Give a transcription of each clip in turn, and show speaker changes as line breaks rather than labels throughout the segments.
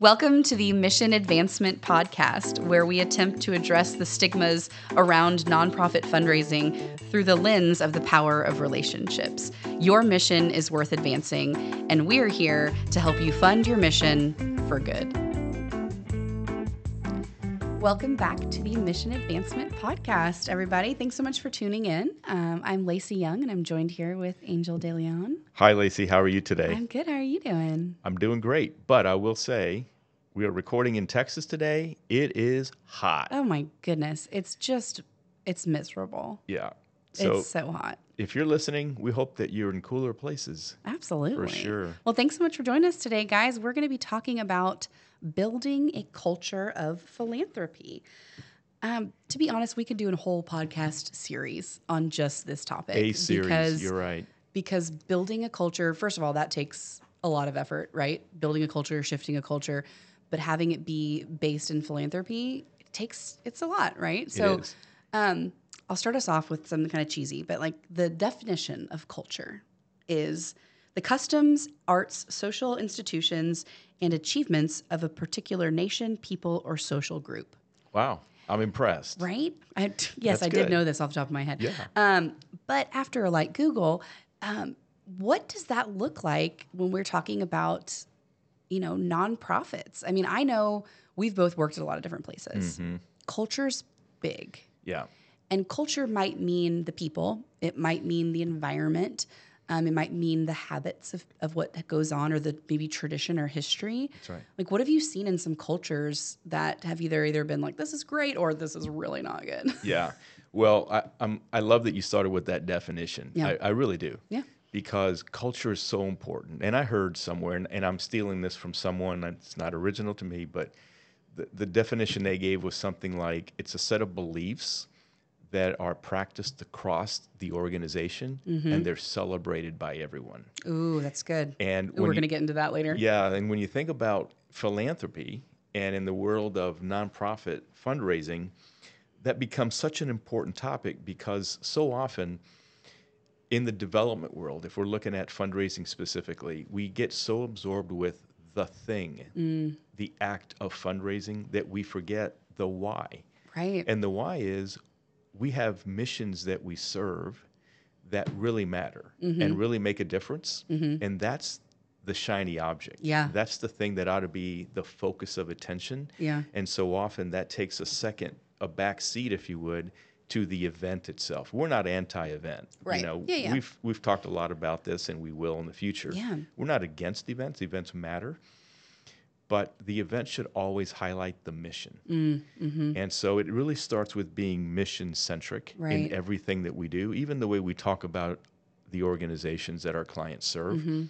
Welcome to the Mission Advancement Podcast, where we attempt to address the stigmas around nonprofit fundraising through the lens of the power of relationships. Your mission is worth advancing, and we're here to help you fund your mission for good. Welcome back to the Mission Advancement Podcast, everybody. Thanks so much for tuning in. Um, I'm Lacey Young, and I'm joined here with Angel DeLeon.
Hi, Lacey. How are you today?
I'm
I'm,
good. How are you doing?
doing great, but I will say we are recording in Texas today. It is hot.
Oh my goodness. It's just, it's miserable.
yeah. So
it's so hot.
if you're listening, we hope that you're in cooler places.
Absolutely.
sure.
Well, thanks so much for joining us today, guys. We're going to be talking about building a culture of philanthropy. Um, to be honest, we could do a whole podcast series on just this topic.
A series.
Because,
you're right.
because building a culture, first of all, that takes a lot of effort, right? Building a culture, shifting a culture, but having it be based in philanthropy it takes, it's a lot, right? So
it is.
um, I'll start us off with something kind of cheesy, but like the definition of culture is the customs, arts, social institutions, and achievements of a particular nation, people, or social group.
Wow. I'm impressed.
Right? I, yes,
That's
I did
good.
know this off the top of my head.
Yeah.
Um, but after a light Google, um, what does that look like when we're talking about, you know, nonprofits? I mean, I know we've both worked at a lot of different places.
Mm-hmm.
Culture's big.
Yeah.
And culture might mean the people, it might mean the environment, um, it might mean the habits of, of what goes on or the maybe tradition or history.
That's right.
Like, what have you seen in some cultures that have either either been like, this is great or this is really not good?
Yeah. Well, I, I'm, I love that you started with that definition.
Yeah.
I, I really do.
Yeah.
Because culture is so important. And I heard somewhere, and, and I'm stealing this from someone, and it's not original to me, but the, the definition they gave was something like it's a set of beliefs that are practiced across the organization and they're celebrated by everyone.
Ooh, that's good.
And
Ooh,
when
we're
you-
going to get into that later.
yeah, and when you think about philanthropy and in the world of nonprofit fundraising, that becomes such an important topic because so often in the development world, if we're looking at fundraising specifically, we get so absorbed with the thing, the act of fundraising, that we forget the why.
Right.
And the why is we have missions that we serve that really matter
Mm-hmm.
and really make a difference. And that's the shiny object.
Yeah.
That's the thing that ought to be the focus of attention.
Yeah.
And so often that takes a second, a back seat, if you would, to the event itself. We're not anti event.
Right.
You know,
Yeah, yeah.
we've we've talked a lot about this and we will in the future.
Yeah.
We're not against events. Events matter. But the event should always highlight the mission.
Mm, mm-hmm.
And so it really starts with being mission centric
Right.
in everything that we do, even the way we talk about the organizations that our clients serve.
Mm-hmm.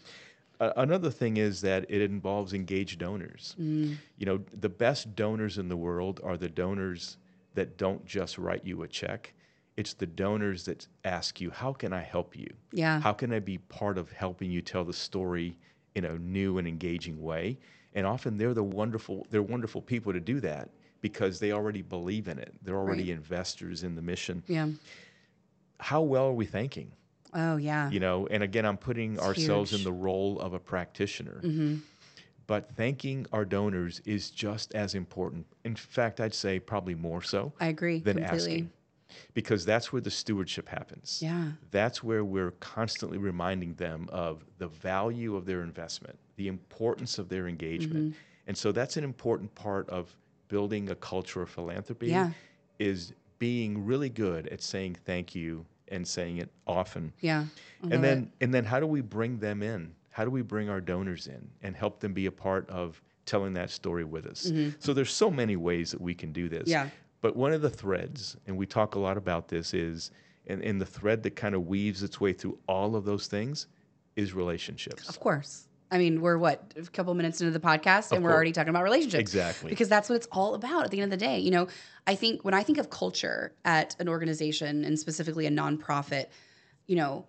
A- another thing is that it involves engaged
Mm.
donors. You know, the best donors in the world are the donors that don't just write you a check. It's the donors that ask you, "How can I help you?
Yeah.
How can I be part of helping you tell the story in a new and engaging way?" And often they're the wonderful they're wonderful people to do that because they already believe in it. They're already investors in the mission.
yeah.
How well are we thanking?
Oh, yeah.
you know and again i'm putting ourselves
huge. Mm-hmm.
in the role of a practitioner but thanking our donors is just as important in fact i'd say probably more so
I agree
than
completely.
asking because that's where the stewardship happens
Yeah.
that's where we're constantly reminding them of the value of their investment the importance of their engagement
Mm-hmm.
and so that's an important part of building a culture of philanthropy
Yeah.
is being really good at saying thank you and saying it often
Yeah. Oh I love
and
it.
then and then how do we bring them in how do we bring our donors in and help them be a part of telling that story with us so there's so many ways that we can do this
Mm-hmm. Yeah.
but one of the threads and we talk a lot about this is and, and the thread that kind of weaves its way through all of those things is relationships
Of course. I mean, we're what a couple minutes into the podcast, and we're
course.
already talking about relationships.
Exactly.
because that's what it's all about. At the end of the day, you know, I think when I think of culture at an organization and specifically a nonprofit, you know,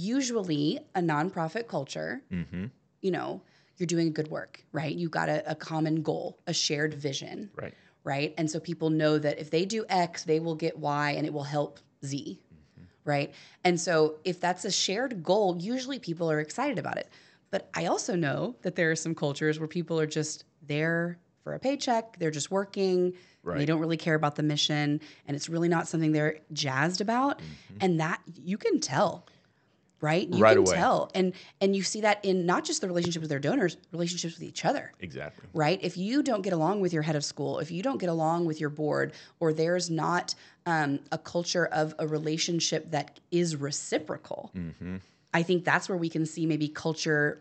usually a nonprofit culture,
mm-hmm.
you know, you're doing good work, right? You got a, a common goal, a shared vision,
right
right? And so people know that if they do X, they will get Y and it will help Z, right? And so if that's a shared goal, usually people are excited about it. But I also know that there are some cultures where people are just there for a paycheck. They're just working. and They
Right.
don't really care about the mission, and it's really not something they're jazzed about. And that you can tell, right? You
Mm-hmm. Right
can
away.
tell, and and you see that in not just the relationship with their donors, relationships with each other
Exactly.
right? If you don't get along with your head of school, if you don't get along with your board, or there's not um, a culture of a relationship that is reciprocal, I think that's where we can see maybe culture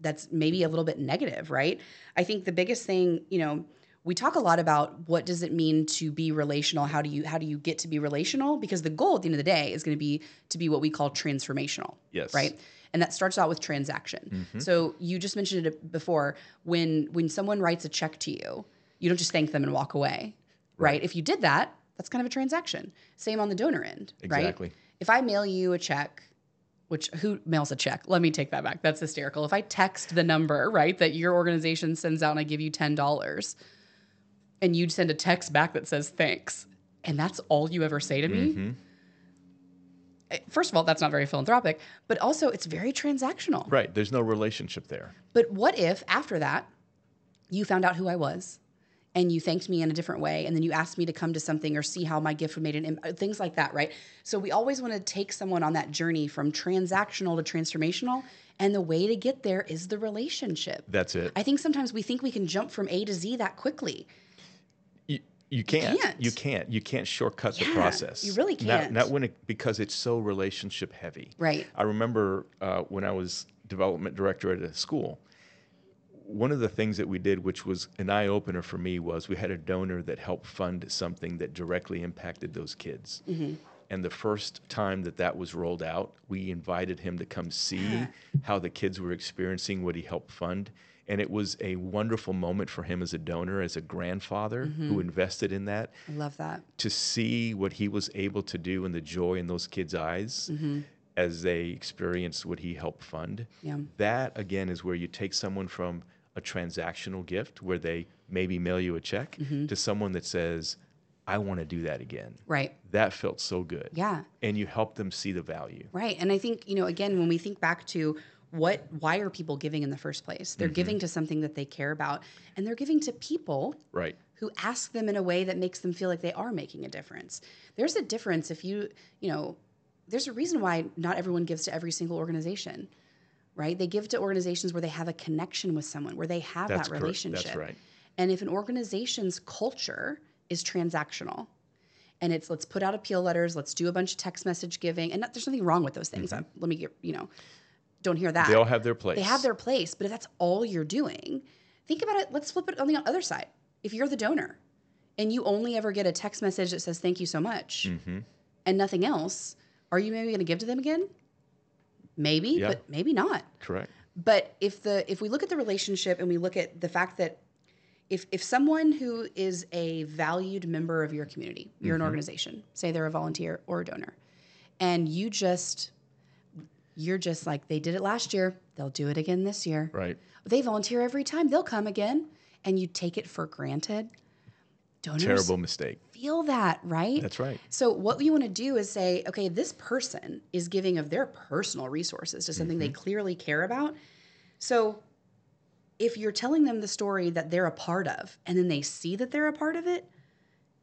that's maybe a little bit negative, right? I think the biggest thing, you know, we talk a lot about what does it mean to be relational? How do you how do you get to be relational? Because the goal at the end of the day is going to be to be what we call transformational.
Yes.
Right? And that starts out with transaction. So you just mentioned it before when when someone writes a check to you, you don't just thank them and walk away. Right? If you did that, that's kind of a transaction. Same on the donor end,
Exactly.
right? If I mail you a check, which who mails a check? Let me take that back. That's hysterical. If I text the number, right, that your organization sends out and I give you $10 and you'd send a text back that says thanks, and that's all you ever say to me. eh, First of all, that's not very philanthropic, but also it's very transactional.
Right. There's no relationship there.
But what if after that, you found out who I was and you thanked me in a different way and then you asked me to come to something or see how my gift made an impact, things like that, right? So we always want to take someone on that journey from transactional to transformational. And the way to get there is the relationship.
That's it.
I think sometimes we think we can jump from A to Z that quickly.
you, you can't.
can't.
You can't. You can't shortcut
Yeah,
the process.
you really
Not,
can't.
not when it because it's so relationship heavy.
Right.
I remember uh, when I was development director at a school. One of the things that we did, which was an eye opener for me, was we had a donor that helped fund something that directly impacted those kids. And the first time that that was rolled out, we invited him to come see how the kids were experiencing what he helped fund. And it was a wonderful moment for him as a donor, as a grandfather who invested in that
I love that.
to see what he was able to do and the joy in those kids' eyes as they experienced what he helped fund.
Mm-hmm. Yeah.
That again is where you take someone from a transactional gift where they maybe mail you a check
Mm-hmm.
to someone that says, I want to do that again.
Right.
That felt so good.
Yeah.
And you help them see the value.
Right. And I think, you know, again, when we think back to what why are people giving in the first place? They're giving to something that they care about and they're giving to people
Right.
who ask them in a way that makes them feel like they are making a difference. There's a difference if you, you know, there's a reason why not everyone gives to every single organization, right? They give to organizations where they have a connection with someone, where they have
That's
that
correct. That's
relationship.
right.
And if an organization's culture is transactional, and it's let's put out appeal letters, let's do a bunch of text message giving, and not, there's nothing wrong with those things. I'm- Let me get, you know, don't hear that.
Mm-hmm. They all have their place.
They have their place, but if that's all you're doing, think about it. Let's flip it on the other side. If you're the donor and you only ever get a text message that says thank you so much
Mm-hmm.
and nothing else, are you maybe going to give to them again? Maybe,
Yeah.
but maybe not.
correct.
But if the if we look at the relationship and we look at the fact that if if someone who is a valued member of your community, you're
Mm-hmm.
an organization, say they're a volunteer or a donor, and you just you're just like they did it last year, they'll do it again this year.
Right.
They volunteer every time, they'll come again, and you take it for granted. Donors
Terrible mistake.
feel that, right?
That's right.
So what you want to do is say, okay, this person is giving of their personal resources to something they clearly care about. So if you're telling them the story that they're a part of and then they see that they're a part of it,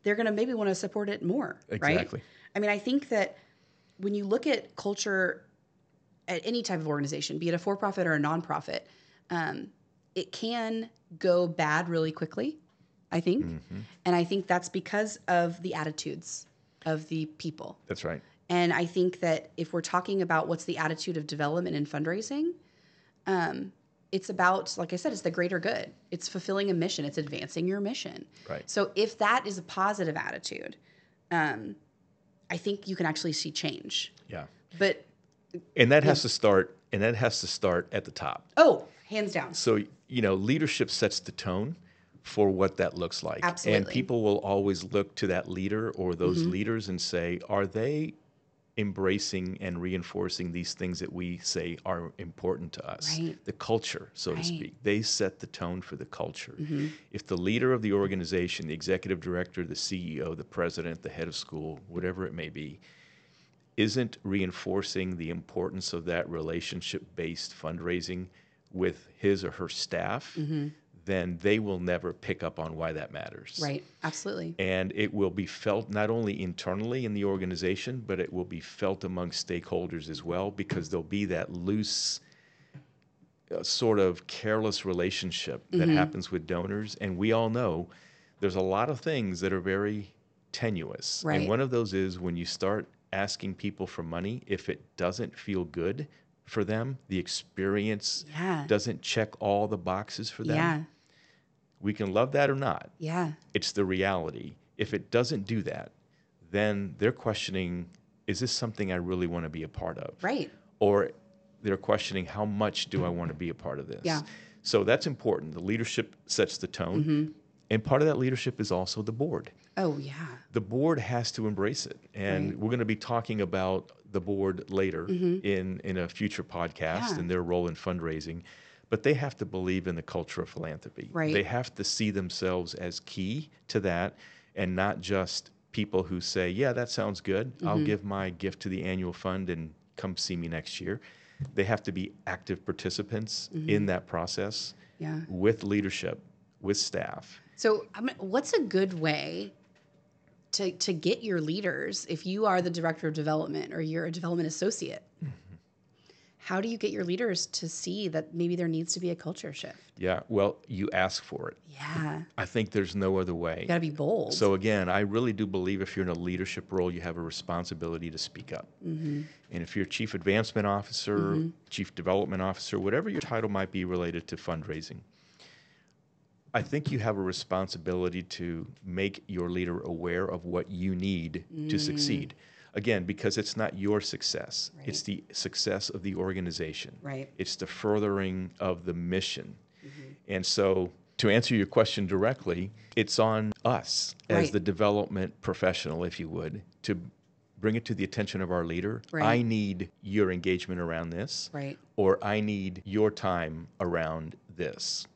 they're going to maybe want to support it more,
Exactly.
right? I mean, I think that when you look at culture at any type of organization, be it a for-profit or a nonprofit, um, it can go bad really quickly, I think. And I think that's because of the attitudes of the people.
That's right.
And I think that if we're talking about what's the attitude of development and fundraising, um, it's about, like I said, it's the greater good. It's fulfilling a mission. It's advancing your mission.
Right.
So if that is a positive attitude, um, I think you can actually see change.
Yeah.
But
And that has to start and that has to start at the top.
oh, hands down,
So, you know, leadership sets the tone for what that looks like. And
Absolutely. Mm-hmm.
people will always look to that leader or those leaders and say, are they embracing and reinforcing these things that we say are important to us?
Right.
The culture, so to speak. They set the tone for the culture.
Mm-hmm.
If the leader of the organization, the executive director, the CEO, the president, the head of school, whatever it may be, isn't reinforcing the importance of that relationship based fundraising with his or her staff, then they will never pick up on why that matters.
Right. Absolutely.
And it will be felt not only internally in the organization, but it will be felt among stakeholders as well because there'll be that loose, uh, sort of careless relationship that
Mm-hmm.
happens with donors. And we all know there's a lot of things that are very tenuous.
Right.
And one of those is when you start asking people for money, if it doesn't feel good for them, the experience
Yeah.
doesn't check all the boxes for them.
Yeah.
We can love that or not.
Yeah.
It's the reality. If it doesn't do that, then they're questioning is this something I really want to be a part of?
Right.
Or they're questioning how much do I want to be a part of this?
Yeah.
So that's important. The leadership sets the tone.
Mm-hmm.
And part of that leadership is also the board.
Oh yeah.
The board has to embrace it. And we're going to be talking about the board later in, in a future podcast
Mm-hmm. Yeah.
and their role in fundraising. But they have to believe in the culture of philanthropy.
Right.
They have to see themselves as key to that and not just people who say, yeah, that sounds good.
Mm-hmm.
I'll give my gift to the annual fund and come see me next year. They have to be active participants
Mm-hmm.
in that process
Yeah.
with leadership, with staff.
So, I'm, what's a good way to to get your leaders if you are the director of development or you're a development associate? How do you get your leaders to see that maybe there needs to be a culture shift?
Yeah. Well, you ask for it.
Yeah,
I think there's no other way.
you got to be bold.
So again, I really do believe if you're in a leadership role, you have a responsibility to speak up. And if you're chief advancement officer, chief development officer, whatever your title might be related to fundraising, I think you have a responsibility to make your leader aware of what you need to succeed. Again, because it's not your success, it's the success of the organization.
Right.
It's the furthering of the mission.
Mm-hmm.
And so, to answer your question directly, it's on us as
Right.
the development professional, if you would, to bring it to the attention of our leader. I
Right.
need your engagement around this
right.
or I need your time around this.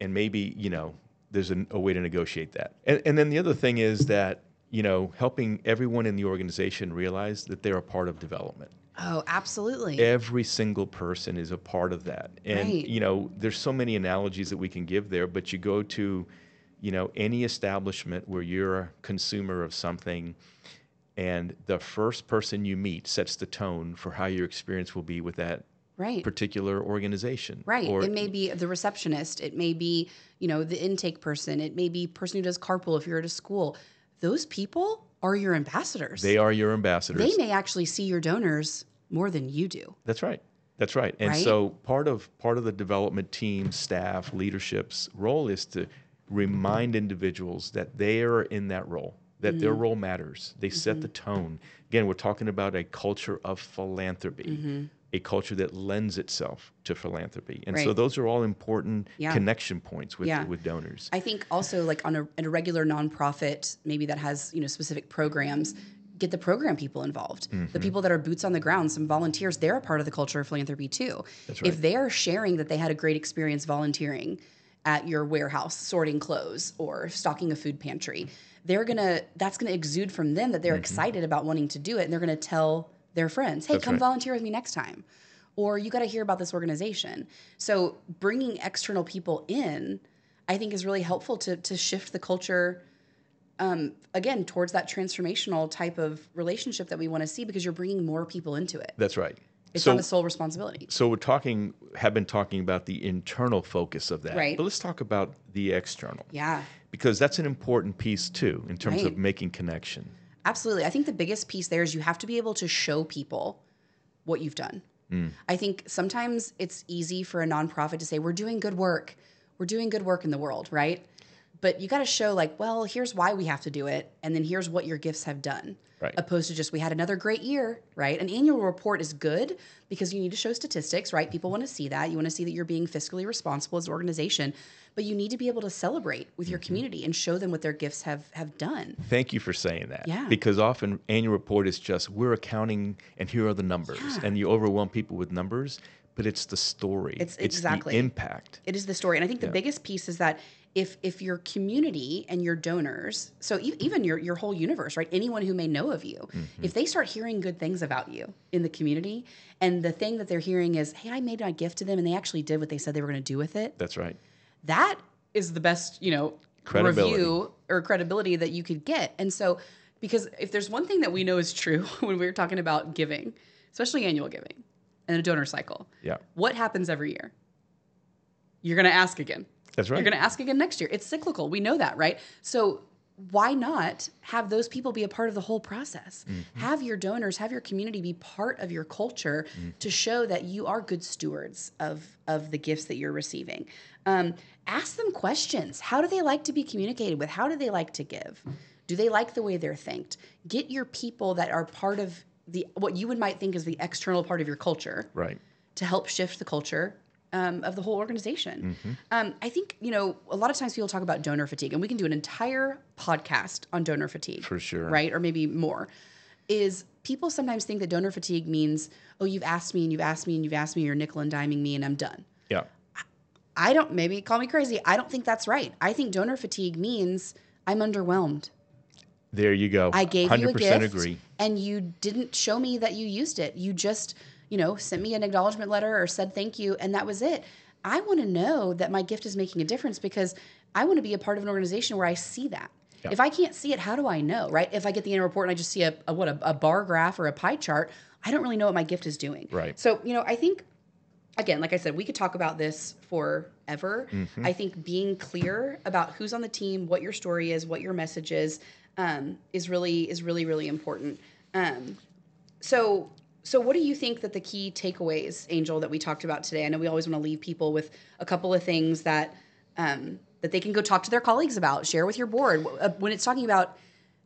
And maybe, you know, there's an, a way to negotiate that. And, and then the other thing is that, you know, helping everyone in the organization realize that they're a part of development.
Oh, absolutely.
Every single person is a part of that. And,
Right.
you know, there's so many analogies that we can give there, but you go to, you know, any establishment where you're a consumer of something and the first person you meet sets the tone for how your experience will be with that
right.
particular organization.
Right.
Or
it may be the receptionist. It may be, you know, the intake person. It may be person who does carpool if you're at a school. Those people are your ambassadors.
they are your
They
ambassadors.
may actually see your donors more than you do.
That's right. That's right. And
Right?
so part of part of the development team, staff, leadership's role is to remind individuals that they are in that role, that their
Mm-hmm.
role matters. They set the tone. Again, we're talking about a culture of philanthropy.
Mm-hmm.
A culture that lends itself to philanthropy, and so
Right.
those are all important
Yeah.
connection points with,
Yeah.
with donors.
I think also like on a, at a regular nonprofit, maybe that has you know specific programs, get the program people involved.
Mm-hmm.
The people that are boots on the ground, some volunteers, they're a part of the culture of philanthropy too.
That's right.
If they are sharing that they had a great experience volunteering at your warehouse sorting clothes or stocking a food pantry, they're gonna that's gonna exude from them that they're
Mm-hmm.
excited about wanting to do it, and they're gonna tell their friends, "Hey, come
right.
volunteer with me next time." Or you got to hear about this organization. So bringing external people in I think is really helpful to to shift the culture um, again towards that transformational type of relationship that we want to see because you're bringing more people into it.
That's right.
It's
so,
not a sole responsibility.
so we're talking have been talking about the internal focus of that
Right.
but let's talk about the external
Yeah,
because that's an important piece too in terms of
Right.
making connection
absolutely. I think the biggest piece there is you have to be able to show people what you've done. I think sometimes it's easy for a nonprofit to say we're doing good work, we're doing good work in the world, right? But you got to show like, well, here's why we have to do it, and then here's what your gifts have done.
Right.
opposed to just we had another great year, right? An annual report is good because you need to show statistics, right? People want to see that. You want to see that you're being fiscally responsible as an organization, but you need to be able to celebrate with your community and show them what their gifts have have done.
thank you for saying that
Yeah.
because often annual report is just we're accounting and here are the numbers and you overwhelm people with numbers but it's the story
It's-
the
exactly.
impact
It is the story, and I think the biggest piece is that if if your community and your donors, so e- even your your whole universe, right? Anyone who may know of you, if they start hearing good things about you in the community, and the thing that they're hearing is, "Hey, I made my gift to them, and they actually did what they said they were going to do with it,"
that's right
that is the best you know
Credibility.
review or credibility that you could get. And so, because if there's one thing that we know is true when we were talking about giving, especially annual giving and a donor cycle,
Yeah.
what happens every year? You're going to ask again.
That's right.
You're going to ask again next year. It's cyclical. We know that, right? So why not have those people be a part of the whole process?
Mm-hmm.
Have your donors, have your community be part of your culture
Mm-hmm.
to show that you are good stewards of of the gifts that you're receiving. Um, ask them questions. How do they like to be communicated with? How do they like to give? Do they like the way they're thanked? Get your people that are part of the what you would might think is the external part of your culture
right.
to help shift the culture um, of the whole organization.
Mm-hmm.
Um, I think, you know, a lot of times people talk about donor fatigue, and we can do an entire podcast on donor fatigue.
For sure.
Right? Or maybe more. Is people sometimes think that donor fatigue means, oh, you've asked me and you've asked me and you've asked me, you're nickel and diming me, and I'm done.
Yeah.
I don't, maybe call me crazy. I don't think that's right. I think donor fatigue means I'm underwhelmed.
There you go.
I gave
100%
you a gift,
agree.
and you didn't show me that you used it. You just, you know, sent me an acknowledgement letter or said thank you, and that was it. I want to know that my gift is making a difference because I want to be a part of an organization where I see that.
Yeah.
If I can't see it, how do I know, right? If I get the annual report and I just see a, a what a, a bar graph or a pie chart, I don't really know what my gift is doing.
Right.
So you know, I think again, like I said, we could talk about this forever. I think being clear about who's on the team, what your story is, what your message is, um, is really is really really important. Um, so so what do you think that the key takeaways, Angel, that we talked about today? I know we always want to leave people with a couple of things that um, that they can go talk to their colleagues about, share with your board Wh- uh, when it's talking about.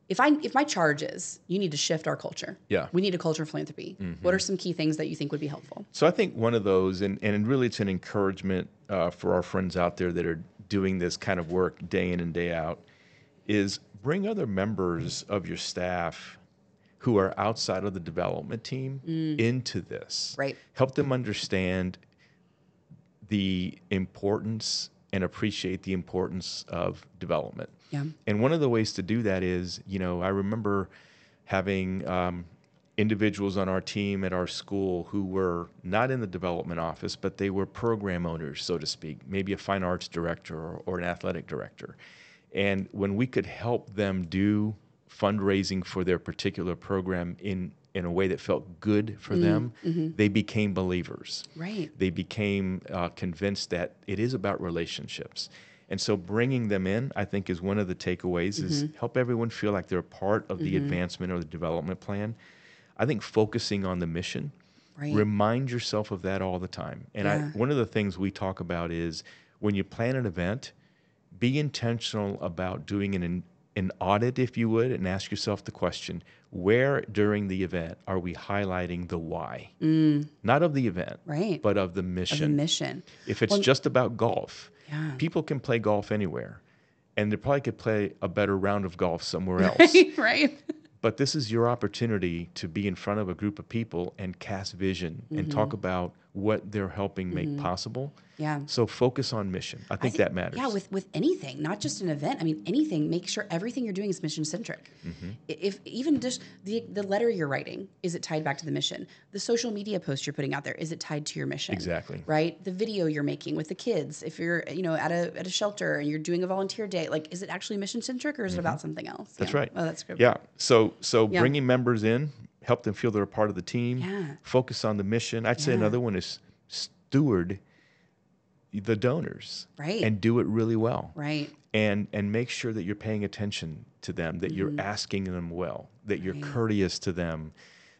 If I if my charge is you need to shift our culture.
Yeah.
We need a culture of philanthropy. What are some key things that you think would be helpful?
So I think one of those, and, and really it's an encouragement uh, for our friends out there that are doing this kind of work day in and day out, is bring other members of your staff who are outside of the development team into this.
Right.
Help them understand the importance and appreciate the importance of development.
Yeah.
And one of the ways to do that is, you know, I remember having um, individuals on our team at our school who were not in the development office, but they were program owners, so to speak, maybe a fine arts director or, or an athletic director. And when we could help them do fundraising for their particular program in, in a way that felt good for them, they became believers
Right.
they became uh, convinced that it is about relationships and so bringing them in i think is one of the takeaways is
Mm-hmm.
help everyone feel like they're a part of the advancement or the development plan i think focusing on the mission
Right.
remind yourself of that all the time and
Yeah.
I, one of the things we talk about is when you plan an event be intentional about doing an an audit if you would and ask yourself the question where during the event are we highlighting the why not of the event
Mm. Right.
but of
the
the mission.
mission.
if it's just about golf,
Yeah.
people can play golf anywhere, and they probably could play a better round of golf somewhere else.
right.
but this is your opportunity to be in front of a group of people and cast vision and talk about what they're helping make possible.
Mm-hmm. Yeah.
So focus on mission. I think, that matters.
Yeah, with with anything, not just an event. I mean, anything. Make sure everything you're doing is mission centric.
Mm-hmm.
If even just the the letter you're writing, is it tied back to the mission? The social media post you're putting out there, is it tied to your mission?
Exactly.
Right. The video you're making with the kids, if you're you know at a at a shelter and you're doing a volunteer day, like is it actually mission centric or is it about something else?
Mm-hmm. That's
Yeah.
right.
Oh, that's good.
Yeah. So so bringing members in, help them feel they're a part of the team.
Yeah.
Focus on the mission. I'd say another one is steward the donors.
Right.
And do it really well.
Right.
And and make sure that you're paying attention to them, that
Mm-hmm.
you're asking them well, that you're courteous to them,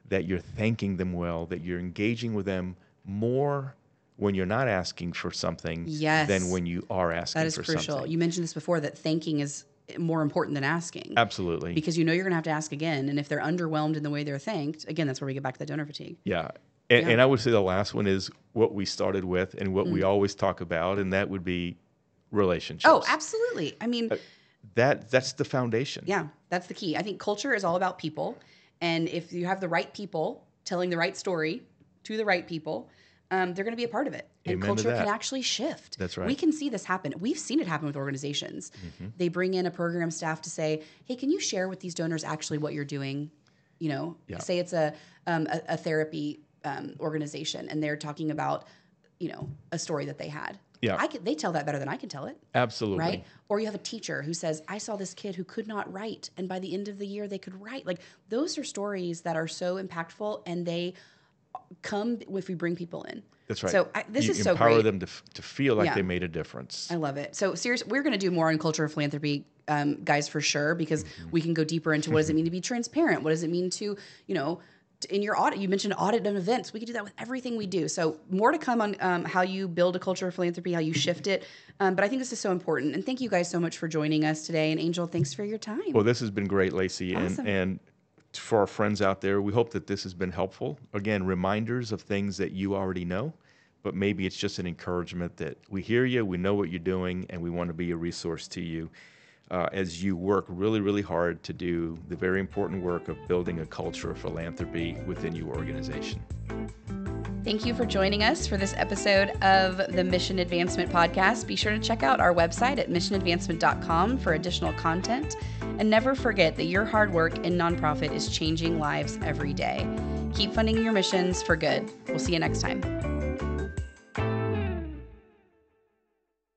that you're thanking them well, that you're engaging with them more when you're not asking for something
Yes.
than when you are asking
That is
for
crucial.
something.
You mentioned this before that thanking is more important than asking.
Absolutely.
because you know you're going to have to ask again. And if they're underwhelmed in the way they're thanked, again, that's where we get back to the donor fatigue.
Yeah. And, and I would say the last one is what we started with and what we always talk about, and that would be relationships.
Mm. Oh, absolutely. I mean,
that that's the foundation.
yeah, that's the key. I think culture is all about people. And if you have the right people telling the right story to the right people, um, they're going to be a part of it. And
Amen to
culture can
that.
actually shift.
That's
We
right. Mm-hmm.
can see this happen. We've seen it happen with organizations. They bring in a program staff to say, hey, can you share with these donors actually what you're doing? You know,
Yeah.
say it's a, um, a, a therapy um, organization and they're talking about, you know, a story that they had
Yeah.
I could, they tell that better than I can tell it,
Absolutely.
right? Or you have a teacher who says, I saw this kid who could not write, and by the end of the year, they could write. Like, those are stories that are so impactful, and they come if we bring people in.
That's right.
So I, this
you
is so
empower
great.
them to, f- to feel like
Yeah.
they made a difference.
I love it. So serious, we're going to do more on culture of philanthropy, um, guys, for sure, because we can go deeper into what does it mean to be transparent? What does it mean to, you know, t- in your audit, you mentioned audit and events. We could do that with everything we do. So more to come on um, how you build a culture of philanthropy, how you shift it. Um, but I think this is so important. And thank you guys so much for joining us today. And Angel, thanks for your time.
Well, this has been great, Lacey.
Awesome.
And, and for our friends out there, we hope that this has been helpful. Again, reminders of things that you already know, but maybe it's just an encouragement that we hear you, we know what you're doing, and we want to be a resource to you uh, as you work really, really hard to do the very important work of building a culture of philanthropy within your organization.
Thank you for joining us for this episode of the Mission Advancement Podcast. Be sure to check out our website at missionadvancement.com for additional content. And never forget that your hard work in nonprofit is changing lives every day. Keep funding your missions for good. We'll see you next time.